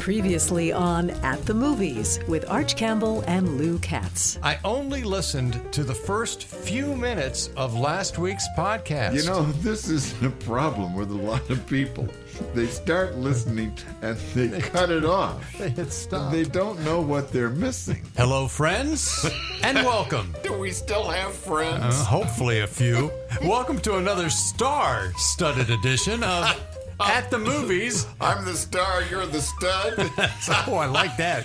previously on At the Movies with Arch Campbell and Lou Katz. I only listened to the first few minutes of last week's podcast. You know, this is a problem with a lot of people. They start listening and they cut it off. it stopped. They don't know what they're missing. Hello, friends, and welcome. Do we still have friends? Uh, hopefully, a few. Welcome to another star studded edition of At the Movies. I'm the star, you're the stud. Oh, I like that.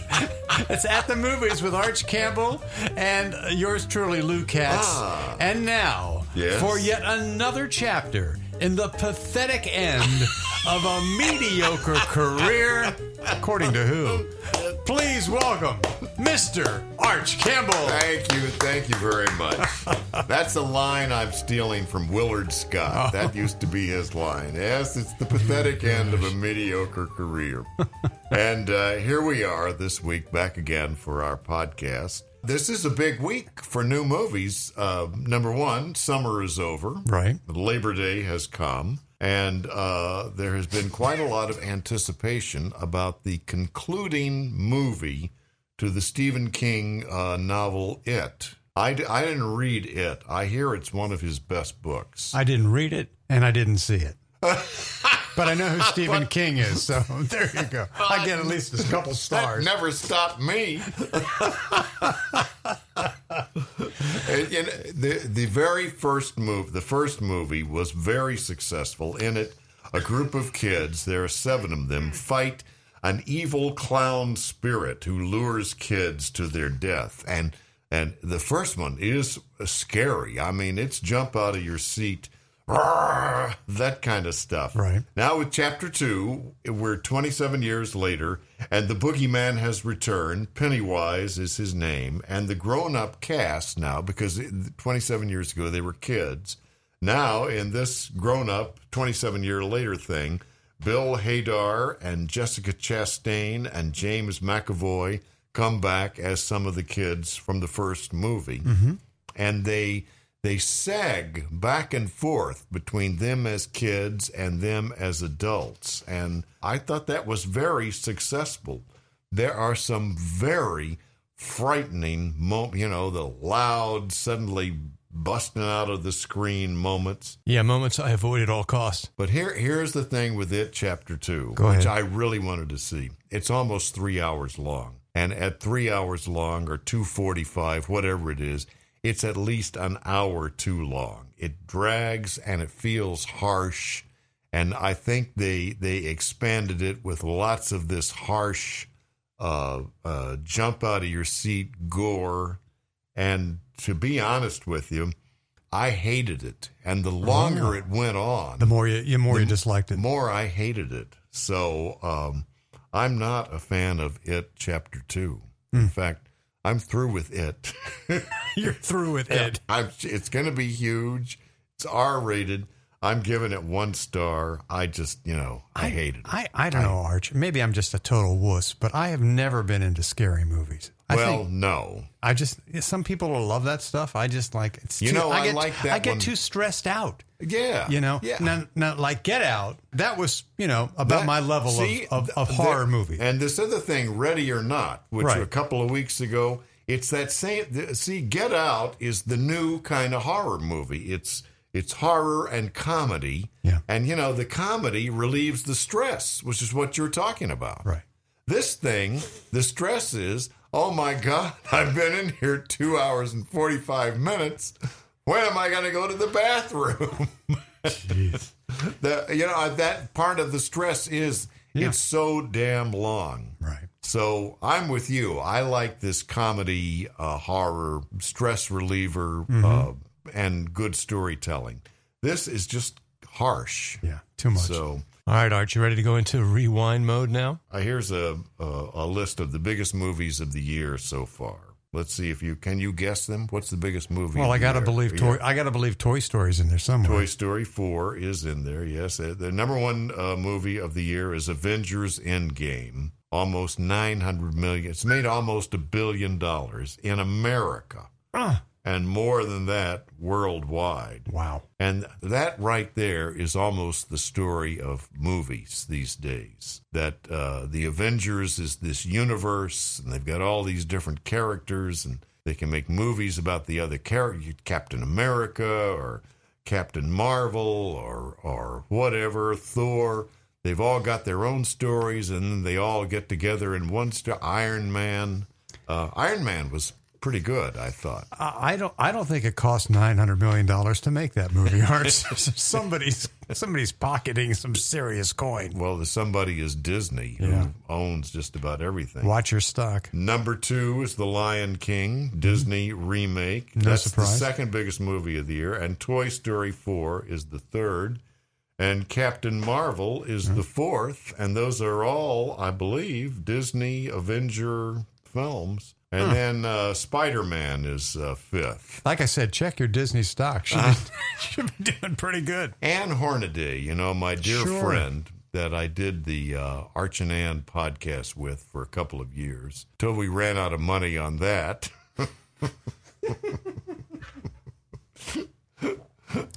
It's At the Movies with Arch Campbell and yours truly, Lou Katz. And now, Ah. Yes. for yet another chapter in the pathetic end of a mediocre career, according to who? Please welcome Mr. Arch Campbell. thank you, thank you very much. That's a line I'm stealing from Willard Scott. That used to be his line. Yes, it's the pathetic end of a mediocre career. and uh, here we are this week, back again for our podcast. This is a big week for new movies. Uh, number one, summer is over. Right. Labor Day has come, and uh, there has been quite a lot of anticipation about the concluding movie to the Stephen King uh, novel It. I, d- I didn't read It. I hear it's one of his best books. I didn't read it and I didn't see it. but I know who Stephen King is, so there you go. I get at least a couple That stars. never stopped me. And- and the the very first move, the first movie was very successful. In it, a group of kids, there are seven of them, fight an evil clown spirit who lures kids to their death. And and the first one is scary. I mean, it's jump out of your seat. "Rah!" That kind of stuff. Right. Now, with chapter two, we're 27 years later, and the boogeyman has returned. Pennywise is his name, and the grown up cast now, because 27 years ago they were kids. Now, in this grown up 27 year later thing, Bill Hader and Jessica Chastain and James McAvoy come back as some of the kids from the first movie and they they sag back and forth between them as kids and them as adults and i thought that was very successful there are some very frightening mo you know the loud suddenly busting out of the screen moments Yeah, moments I avoid at all costs. but here here's the thing with it chapter 2 Go which ahead. I really wanted to see. It's almost 3 hours long. And at 3 hours long or 245 whatever it is, it's at least an hour too long. It drags and it feels harsh and I think they they expanded it with lots of this harsh uh, uh, jump out of your seat gore and to be honest with you, I hated it. And the longer it went on, Oh. The more you, you more you disliked the it. more I hated it. So um, I'm not a fan of it chapter two. Hmm. In fact, I'm through with it. You're through with it. I'm, it's going to be huge. It's R rated. I'm giving it one star. I just, you know, I, hated it. I, I don't know, Arch. Maybe I'm just a total wuss, but I have never been into scary movies. I well, think no. I just some people will love that stuff. I just like it's. You too, know, I get, like that I get one. too stressed out. Yeah. You know, Yeah. not, not like Get Out. That was you know about That- my level see, of, of, of th- horror th- movie. And this other thing, Ready or Not, which Right. a couple of weeks ago, it's that same. th- See, Get Out is the new kind of horror movie. It's it's horror and comedy. Yeah. And you know, the comedy relieves the stress, which is what you're talking about. right. This thing, the stress is, oh my God, I've been in here two hours and 45 minutes. When am I going to go to the bathroom? the, you know, that part of the stress is Yeah. it's so damn long. Right. So I'm with you. I like this comedy, uh, horror, stress reliever, Mm-hmm. uh, and good storytelling. This is just harsh. Yeah. Too much. So. All right, Arch. You ready to go into rewind mode now? Uh, here's a, a a list of the biggest movies of the year so far. Let's see if you can you guess them. What's the biggest movie? Well, of I the gotta year? believe Yeah. Toy. I gotta believe Toy Story's in there somewhere. Toy Story Four is in there. Yes, Uh, the number one uh, movie of the year is Avengers Endgame. Almost nine hundred million. It's made almost a billion dollars in America. Ah, and more than that, worldwide. Wow. And that right there is almost the story of movies these days. That uh, the Avengers is this universe, and they've got all these different characters, and they can make movies about the other character, Captain America or Captain Marvel or or whatever, Thor. They've all got their own stories, and then they all get together in one story. Iron Man. Uh, Iron Man was pretty good, I thought. I I don't. I don't think it cost nine hundred million dollars to make that movie. Art. somebody's somebody's pocketing some serious coin. Well, the somebody is Disney, who Yeah. owns just about everything. Watch your stock. Number two is The Lion King, Disney remake. Mm-hmm. No That's the surprise. second biggest movie of the year. And Toy Story 4 is the third. And Captain Marvel is the fourth. And those are all, I believe, Disney Avenger films. And then uh, Spider Man is uh, fifth. Like I said, check your Disney stock. Should, Uh-huh. be, should be doing pretty good. Anne Hornaday, you know, my dear Sure. friend that I did the uh, Arch and Ann podcast with for a couple of years till we ran out of money on that.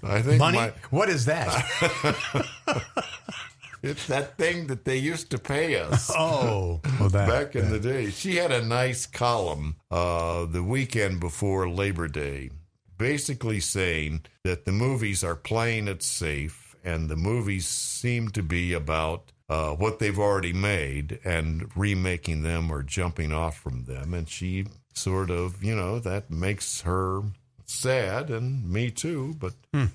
I think Money. my- what is that? it's that thing that they used to pay us. oh, well, that. back in the day. She had a nice column uh, the weekend before Labor Day, basically saying that the movies are playing it safe and the movies seem to be about uh, what they've already made and remaking them or jumping off from them. And she sort of, you know, that makes her sad and me too but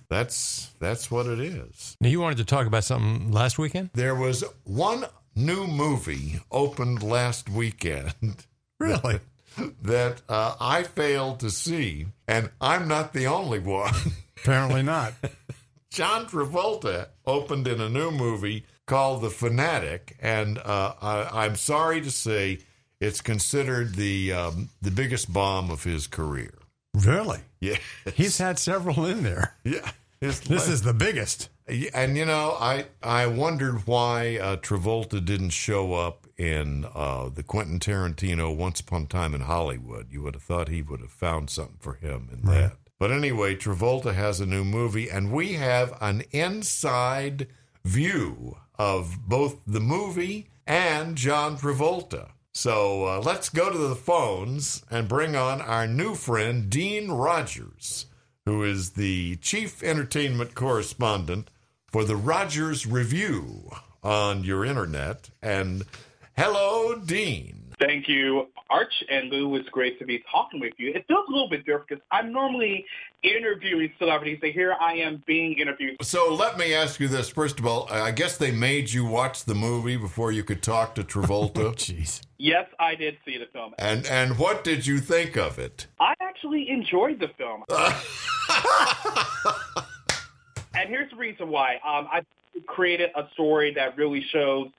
that's that's what it is Now, you wanted to talk about something last weekend? there was one new movie opened last weekend really? that uh, I failed to see, and I'm not the only one. Apparently not. John Travolta opened in a new movie called The Fanatic, and uh, I, I'm sorry to say it's considered the um, the biggest bomb of his career. Really? Yeah, He's had several in there. yeah. His This is the biggest. And you know, I I wondered why uh, Travolta didn't show up in uh, the Quentin Tarantino Once Upon a Time in Hollywood. You would have thought he would have found something for him in that. But anyway, Travolta has a new movie, and we have an inside view of both the movie and John Travolta. So uh, let's go to the phones and bring on our new friend Dean Rogers who is the chief entertainment correspondent for the Rogers Review on your internet. And hello, Dean. Thank you, Arch and Lou. It's great to be talking with you. It feels a little bit different because I'm normally interviewing celebrities, and here I am being interviewed. So let me ask you this. First of all, I guess they made you watch the movie before you could talk to Travolta. Jeez. Yes, I did see the film. and and what did you think of it? I actually enjoyed the film. and here's the reason why. Um, I created a story that really shows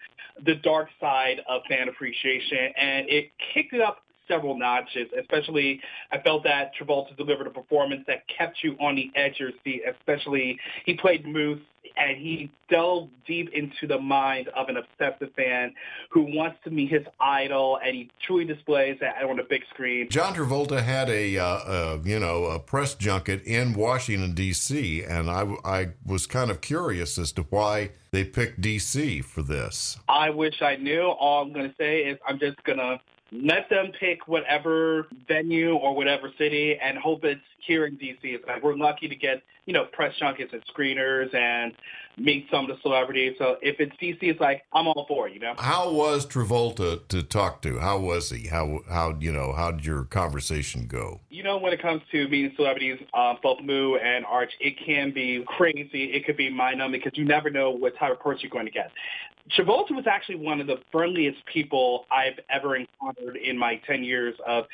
the dark side of fan appreciation, and it kicked it up several notches, especially I felt that Travolta delivered a performance that kept you on the edge of your seat, especially he played Moose and he delved deep into the mind of an obsessive fan who wants to meet his idol and he truly displays that on the big screen. John Travolta had a, uh, uh, you know, a press junket in Washington D.C., and I, w- I was kind of curious as to why they picked D.C. for this. I wish I knew. All I'm going to say is I'm just going to let them pick whatever venue or whatever city and hope it's here in D.C. It's like we're lucky to get, you know, press junkets and screeners and meet some of the celebrities. So if it's D.C., it's like I'm all for it, you know? How was Travolta to talk to? How was he? How how you know? How would your conversation go? You know, when it comes to meeting celebrities, uh, both Moo and Arch, it can be crazy. It could be mind-numbing because you never know what type of person you're going to get. Travolta was actually one of the friendliest people I've ever encountered in my 10 years of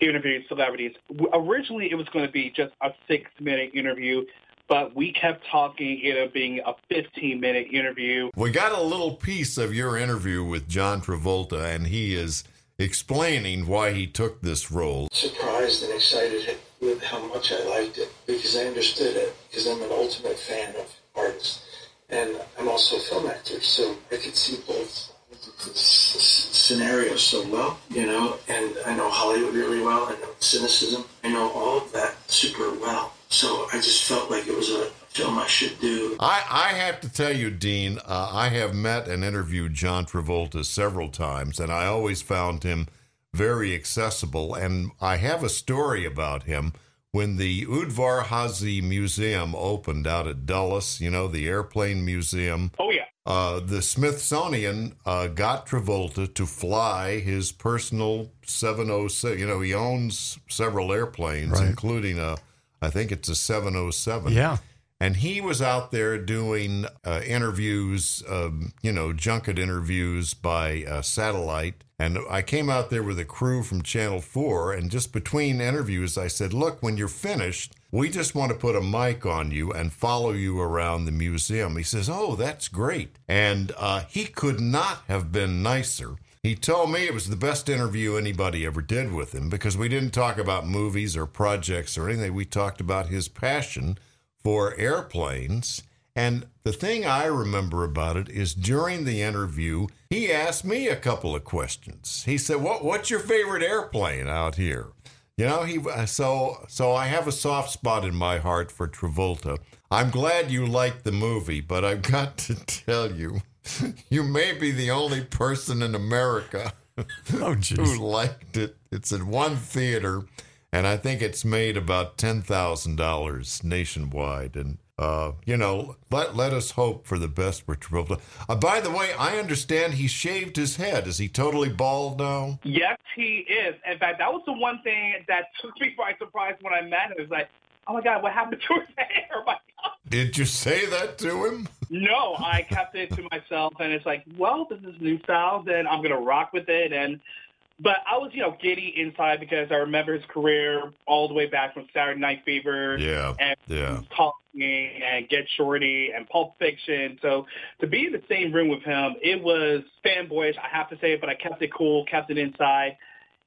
interviewing celebrities. W- Originally, it was going to be just a six-minute interview, but we kept talking it up being a 15-minute interview. We got a little piece of your interview with John Travolta, and he is explaining why he took this role. surprised and excited with how much I liked it because I understood it because I'm an ultimate fan of artists and I'm also a film actor, so I could see both s- s- scenarios so well, you know, and I know Hollywood really well. I know cynicism. I know all of that super well. So I just felt like it was a film I should do. I, I have to tell you, Dean, uh, I have met and interviewed John Travolta several times, and I always found him very accessible. And I have a story about him when the Udvar Hazy Museum opened out at Dulles, you know, the airplane museum. Oh yeah. Uh, the Smithsonian uh, got Travolta to fly his personal 707. You know, he owns several airplanes, Right. including a, I think it's a 707. Yeah. And he was out there doing uh, interviews, um, you know, junket interviews by uh, satellite. And I came out there with a crew from Channel 4. And just between interviews, I said, Look, when you're finished, we just want to put a mic on you and follow you around the museum. He says, Oh, that's great. And uh, he could not have been nicer. He told me it was the best interview anybody ever did with him because we didn't talk about movies or projects or anything. We talked about his passion for airplanes. And the thing I remember about it is during the interview, he asked me a couple of questions. He said, "What what's your favorite airplane out here?" You know, he uh, so so I have a soft spot in my heart for Travolta. I'm glad you liked the movie, but I've got to tell you, you may be the only person in America Oh, who jeez. liked it. It's in one theater, and I think it's made about ten thousand dollars nationwide. And uh, you know, let let us hope for the best for Travolta. Uh, by the way, I understand he shaved his head. Is he totally bald now? Yes, he is. In fact, that was the one thing that took me by surprise when I met him. It was like, oh my god, what happened to his hair? I'm like, Did you say that to him? no, I kept it to myself, and it's like, well, this is new style, then I'm gonna rock with it. And but I was, you know, giddy inside because I remember his career all the way back from Saturday Night Fever. Yeah, And yeah. Talking and Get Shorty and Pulp Fiction. So to be in the same room with him, it was fanboyish. I have to say it, but I kept it cool, kept it inside.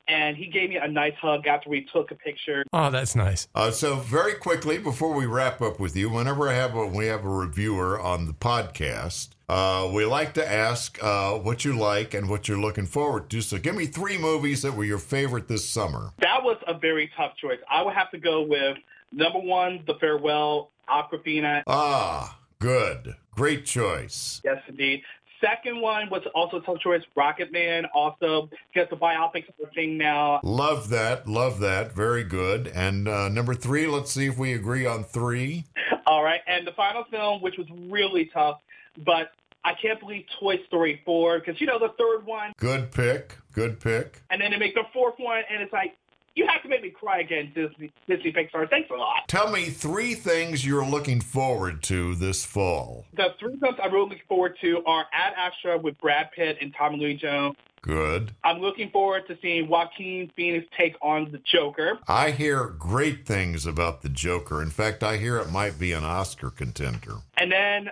And he gave me a nice hug after we took a picture. Oh, that's nice. Uh, so very quickly before we wrap up with you, whenever I have a, we have a reviewer on the podcast, uh, we like to ask uh, what you like and what you're looking forward to. So give me three movies that were your favorite this summer. That was a very tough choice. I would have to go with number one, The Farewell, Aquafina. Ah, good, great choice. Yes, indeed. Second one was also a tough choice, Rocket Man, also because the biopics are a thing now. Love that, love that, very good. And uh, number three, let's see if we agree on three. All right, and the final film, which was really tough, but I can't believe Toy Story 4, because, you know, the third one, Good pick, good pick. and then they make the fourth one, and it's like, you have to make me cry again, Disney, Disney Pixar. Thanks a lot. Tell me three things you're looking forward to this fall. The three films I'm really looking forward to are Ad Astra with Brad Pitt and Tommy Lee Jones. Good. I'm looking forward to seeing Joaquin Phoenix take on the Joker. I hear great things about the Joker. In fact, I hear it might be an Oscar contender. And then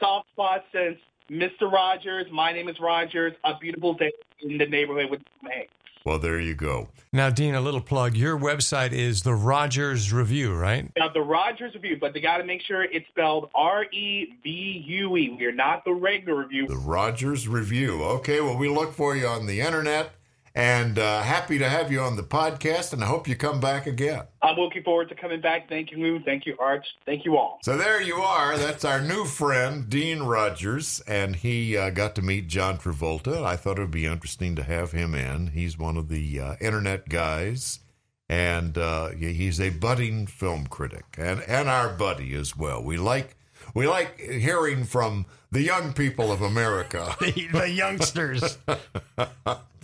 soft spot since Mr. Rogers, My Name is Rogers, A Beautiful Day in the Neighborhood with Tom Hanks. Well, there you go. Now, Dean, a little plug. Your website is the Rogers Review, right? Now, the Rogers Review, but they got to make sure it's spelled E R-E-V-U-E. We're not the regular review. The Rogers Review. Okay, well, we look for you on the internet and uh, happy to have you on the podcast, and I hope you come back again. I'm looking forward to coming back. Thank you, Lou. Thank you, Arch. Thank you all. So there you are. That's our new friend, Dean Rogers, and he uh, got to meet John Travolta. I thought it would be interesting to have him in. He's one of the uh, internet guys, and uh, he- he's a budding film critic, and and our buddy as well. We like we like hearing from the young people of America. the youngsters.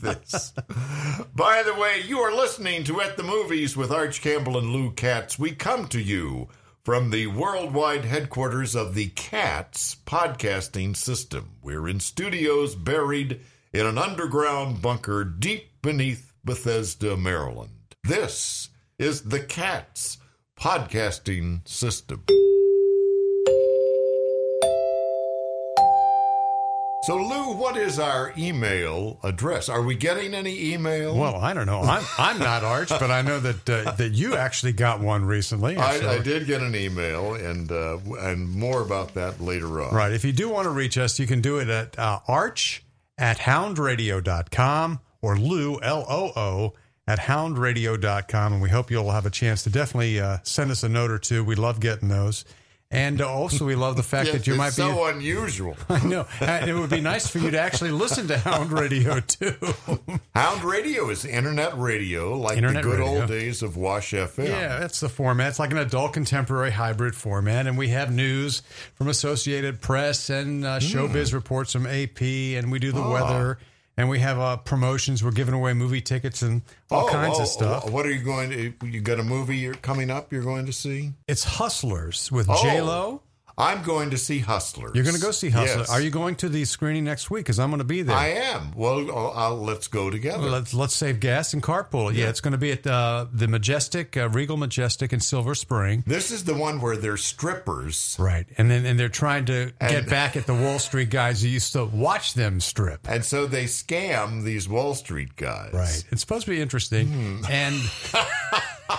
this. By the way, you are listening to At the Movies with Arch Campbell and Lou Katz. We come to you from the worldwide headquarters of the Katz podcasting system. We're in studios buried in an underground bunker deep beneath Bethesda, Maryland. This is the Katz podcasting system. So, Lou, what is our email address? Are we getting any email? well, Oh, I don't know. I'm, I'm not Arch, but I know that uh, that you actually got one recently. So- I, I did get an email, and uh, w- and more about that later on. Right. If you do want to reach us, you can do it at uh, arch at houndradio.com or Lou, L O O, at houndradio.com. And we hope you'll have a chance to definitely uh, send us a note or two. We love getting those. And uh, also, we love the fact Yeah, that you it's might so be. unusual. I know. And it would be nice for you to actually listen to Hound Radio, too. Hound Radio is internet radio, like Internet the good radio. old days of Wash FM. Yeah, that's the format. It's like an adult contemporary hybrid format, and we have news from Associated Press and Hmm. uh, showbiz reports from AP, and we do Ah. the weather, and we have uh, promotions. We're giving away movie tickets and all Oh, kinds oh, of stuff. What are you going to? You got a movie you're coming up? You're going to see? It's Hustlers with Oh. J Lo. I'm going to see Hustlers. You're going to go see Hustlers. Yes. Are you going to the screening next week? Because I'm going to be there. I am. Well, I'll, I'll, let's go together. Let's let's save gas and carpool. Yeah, it's going to be at uh, the Majestic uh, Regal Majestic in Silver Spring. this is the one where they're strippers, Right, and then and they're trying to And- get back at the Wall Street guys who used to watch them strip. and so they scam these Wall Street guys. Right. It's supposed to be interesting.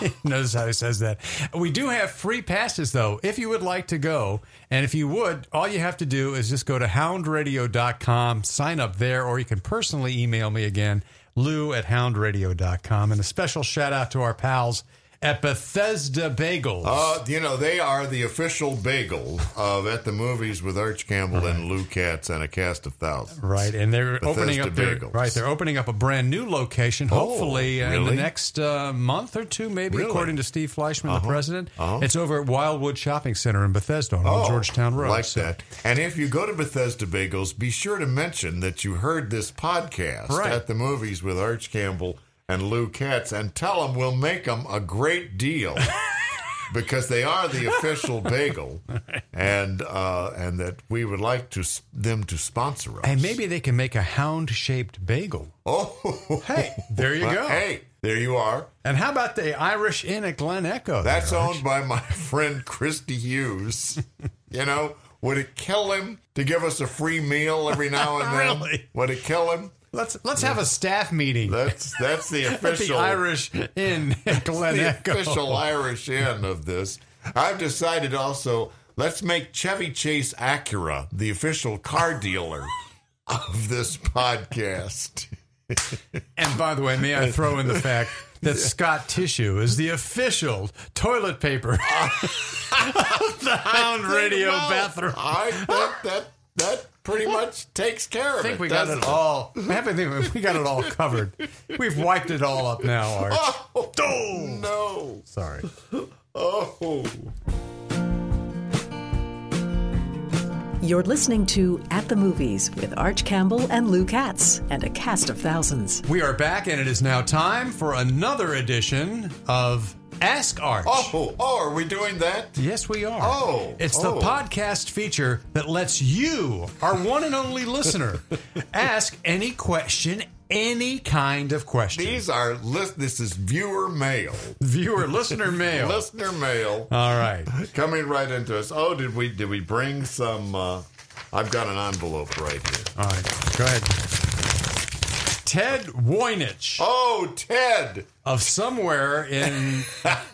And notice how he says that. We do have free passes, though, if you would like to go. And if you would, all you have to do is just go to houndradio.com, sign up there, or you can personally email me again, lou at houndradio.com. And a special shout out to our pals at Bethesda Bagels. Uh, you know, they are the official bagel of At the Movies with Arch Campbell and Lou Katz and a cast of thousands. Right, and they're Bethesda opening up their, Bagels. right. They're opening up a brand new location, hopefully uh, in the really? next uh, month or two, maybe, Really? according to Steve Fleischman, the president. Uh-huh. It's over at Wildwood Shopping Center in Bethesda on Old Oh, Georgetown Road. Like So- that. And if you go to Bethesda Bagels, be sure to mention that you heard this podcast Right. at the movies with Arch Campbell and Lou Katz and tell them we'll make them a great deal. Because they are the official bagel, and uh, and that we would like to s- them to sponsor us. And maybe they can make a hound-shaped bagel. oh, Hey, there you go. Hey, there you are. And how about the Irish Inn at Glen Echo? there, That's Arch? owned by my friend Christy Hughes. you know, would it kill him to give us a free meal every now and then? Really? Would it kill him? Let's let's have a staff meeting That's that's the at the official Irish Inn at Glen the Echo. official Irish end of this. I've decided also let's make Chevy Chase Acura the official car dealer of this podcast. And by the way, may I throw in the fact that Scott Tissue is the official toilet paper of the Hound Radio Well, bathroom. I think that that pretty much takes care of I think it. we got doesn't it all. I have to think we got it all covered. We've wiped it all up now, Arch. Oh, no. Sorry. Oh. You're listening to At the Movies with Arch Campbell and Lou Katz and a cast of thousands. We are back, and it is now time for another edition of Ask Arch. Oh, oh, are we doing that? Yes, we are. Oh, it's the oh. podcast feature that lets you, our one and only listener, ask any question, any kind of question. These are list. This is viewer mail, viewer, listener mail. listener mail All right. coming right into us. Oh, did we did we bring some? Uh, I've got an envelope right here. All right. Go ahead. Ted Voynich Oh, Ted. of somewhere in,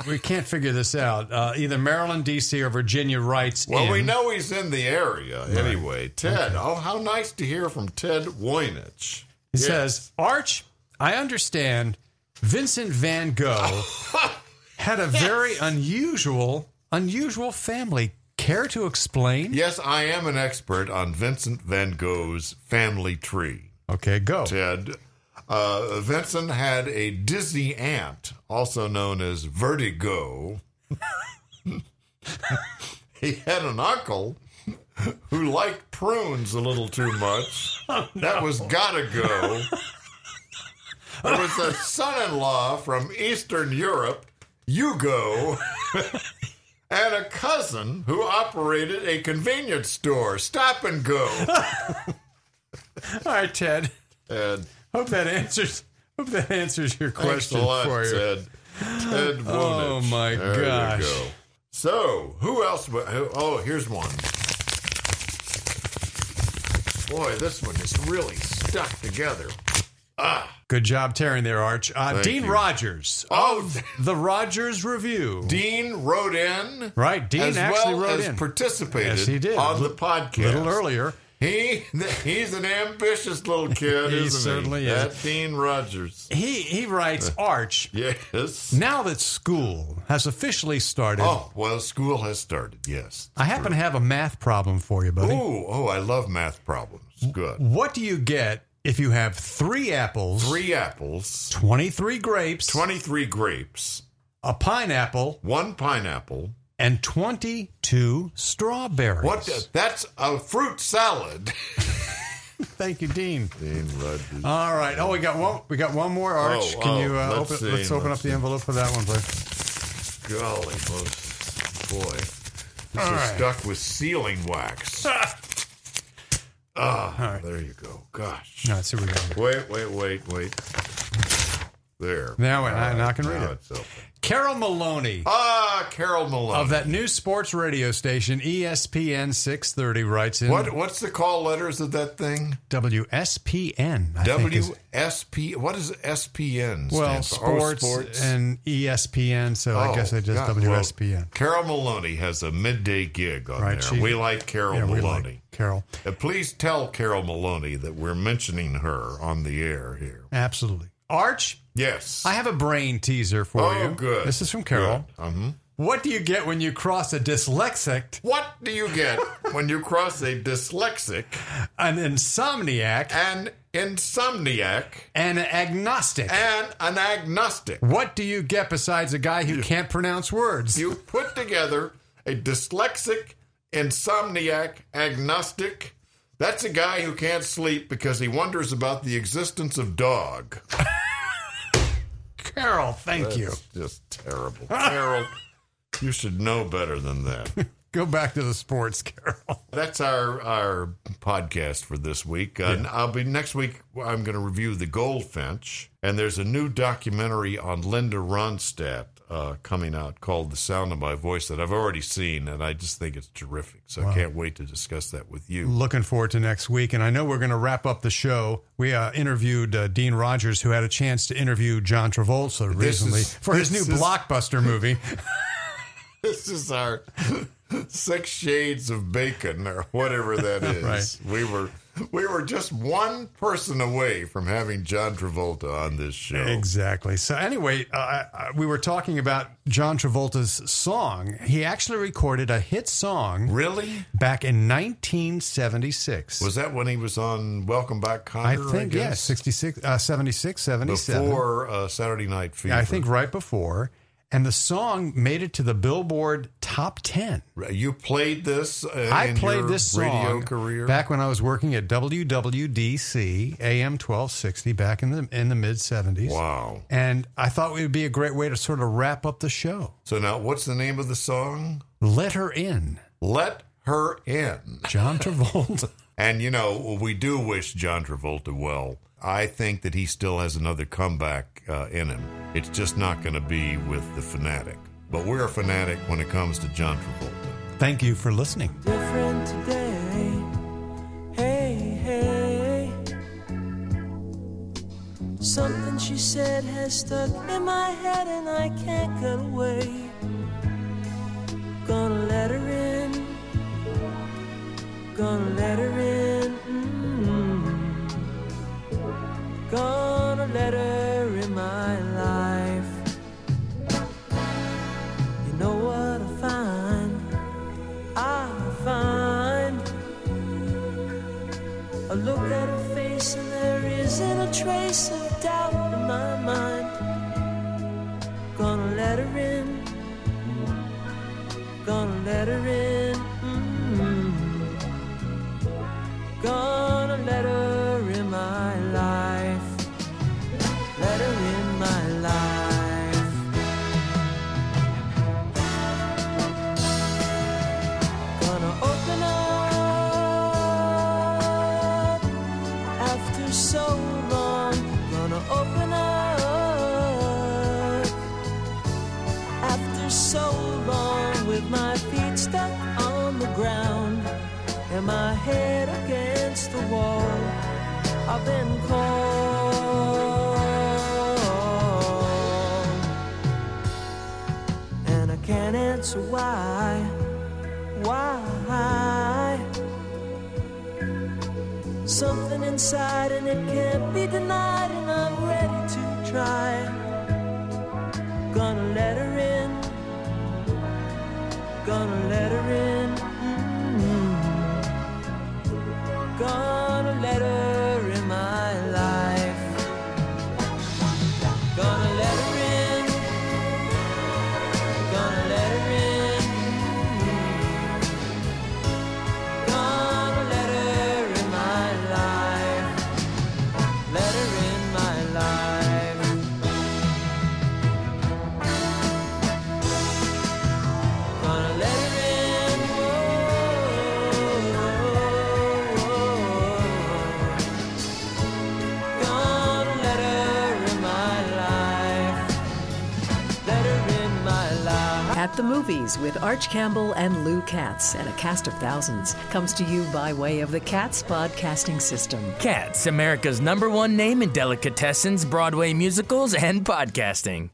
we can't figure this out, uh, either Maryland, D.C., or Virginia writes Well, in. we know he's in the area anyway. Ted. Oh, how nice to hear from Ted Voynich. He Yes. says, Arch, I understand Vincent Van Gogh had a very unusual, unusual family. Care to explain? Yes, I am an expert on Vincent Van Gogh's family tree. Okay, go. Ted. Uh, Vincent had a Disney aunt, also known as Vertigo. he had an uncle who liked prunes a little too much. That was gotta go. there was a son in law from Eastern Europe, Hugo, and a cousin who operated a convenience store, Stop and Go. All right, Ted. And Hope that answers. Hope that answers your Thanks question a lot, for you. Ted. Ted Wunitz. Oh, my There you gosh. go. So, who else? wa- who- Oh, here's one. Boy, this one is really stuck together. Good job tearing there, Arch. Uh, Thank Dean you. Rogers, Oh, the Rogers Review. Dean wrote in. Right, Dean as actually well wrote as in. participated Yes, he did. on A the li- podcast. little earlier. He he's an ambitious little kid, He isn't certainly he? is. That Dean Rogers. He he writes Uh. Arch. Yes. Now that school has officially started, Oh well, school has started. Yes. I happen to have a math problem for you, buddy. Ooh, oh, I love math problems. Good. What do you get if you have three apples, Three apples, 23 grapes, twenty-three grapes, a pineapple, one pineapple. and 22 strawberries? What? the- That's a fruit salad. Thank you, Dean. Dean Rogers. All right. Oh, we got one. We got one more arch. Oh, Can oh, you uh, let's open? see, let's open let's up the envelope for that one, please. Golly, folks. boy. This All is right. stuck with sealing wax. Ah, there you go. Gosh. All right. So we go. Wait, wait, wait, wait. There. Ah, Now wait, I- now I can read now it. it's open. Carol Maloney. Ah, Carol Malone. Of that new sports radio station, E ESPN 630 writes in What? What's the call letters of that thing? WSPN. I think is- WSP. What is SPN? stand well, for? Oh, sports, and E ESPN. So I Oh, guess I just God. Well, WSPN. Carol Maloney has a midday gig on Right, there. she- we like Carol Yeah, we Maloney. like Carol. Uh, please tell Carol Maloney that we're mentioning her on the air here. Absolutely. Arch, Yes. I have a brain teaser for oh, you. good. This is from Carol. Uh-huh. What do you get when you cross a dyslexic, What do you get when you cross a dyslexic, an insomniac, an insomniac, and an agnostic? and an agnostic? What do you get besides a guy who can't pronounce words? You put together a dyslexic, insomniac, agnostic. That's a guy who can't sleep because he wonders about the existence of dog. Carol, thank you. Just terrible. Carol, you should know better than that. Go back to the sports, Carol. That's our our podcast for this week. Uh, and I'll be next week. I'm going to review the Goldfinch, and there's a new documentary on Linda Ronstadt uh, coming out called "The Sound of My Voice" that I've already seen, and I just think it's terrific. So I can't wait to discuss that with you. Looking forward to next week, and I know we're going to wrap up the show. We uh, interviewed uh, Dean Rogers, who had a chance to interview John Travolta This recently is- for his new this is- blockbuster movie. This is our Six Shades of Bacon, or whatever that is. Right. We were we were just one person away from having John Travolta on this show. Exactly. So anyway, uh, I- I- we were talking about John Travolta's song. He actually recorded a hit song Really? back in 1976. Was that when he was on Welcome Back, I Cotter? think yeah, guess? 66, uh, 76, 77. before uh, Saturday Night Fever. Yeah, I think right before, and the song made it to the Billboard Top 10. you played this. Uh, I in played your this song radio career. back when I was working at WWDC AM 1260 back in the in the mid 70s. Wow. And I thought it would be a great way to sort of wrap up the show. So now, what's the name of the song? Let her in. Let her in. John Travolta. And you know, we do wish John Travolta well. I think that he still has another comeback uh, in him. It's just not going to be with the fanatic. But we're a fanatic when it comes to John Travolta. Thank you for listening. different today. Hey, hey. Something she said has stuck in my head and I can't get away. Gonna let her in. Gonna let her in. mm. Gonna let her in my life. You know what I find? I find I look at her face and there isn't a trace of doubt in my mind. Gonna let her in. Gonna let her in. mm. Gonna let her in my life. Let her in my life. gonna open up after so long. Gonna open up after so long with my feet stuck on the ground and my head against the wall. I've been called, and I can't answer why why something inside and it can't be denied and I'm ready to try gonna let her in gonna let her in mm. gonna let her in my life gonna let her in gonna let her in Mm-hmm. mm. gonna let her in my life let her in my life Gonna let her in. Whoa, Gonna let her in my life. Let her in my life. At the Movies with Arch Campbell and Lou Katz and a cast of thousands comes to you by way of the Katz Podcasting System. Cats, America's number one name in delicatessens, Broadway musicals, and podcasting.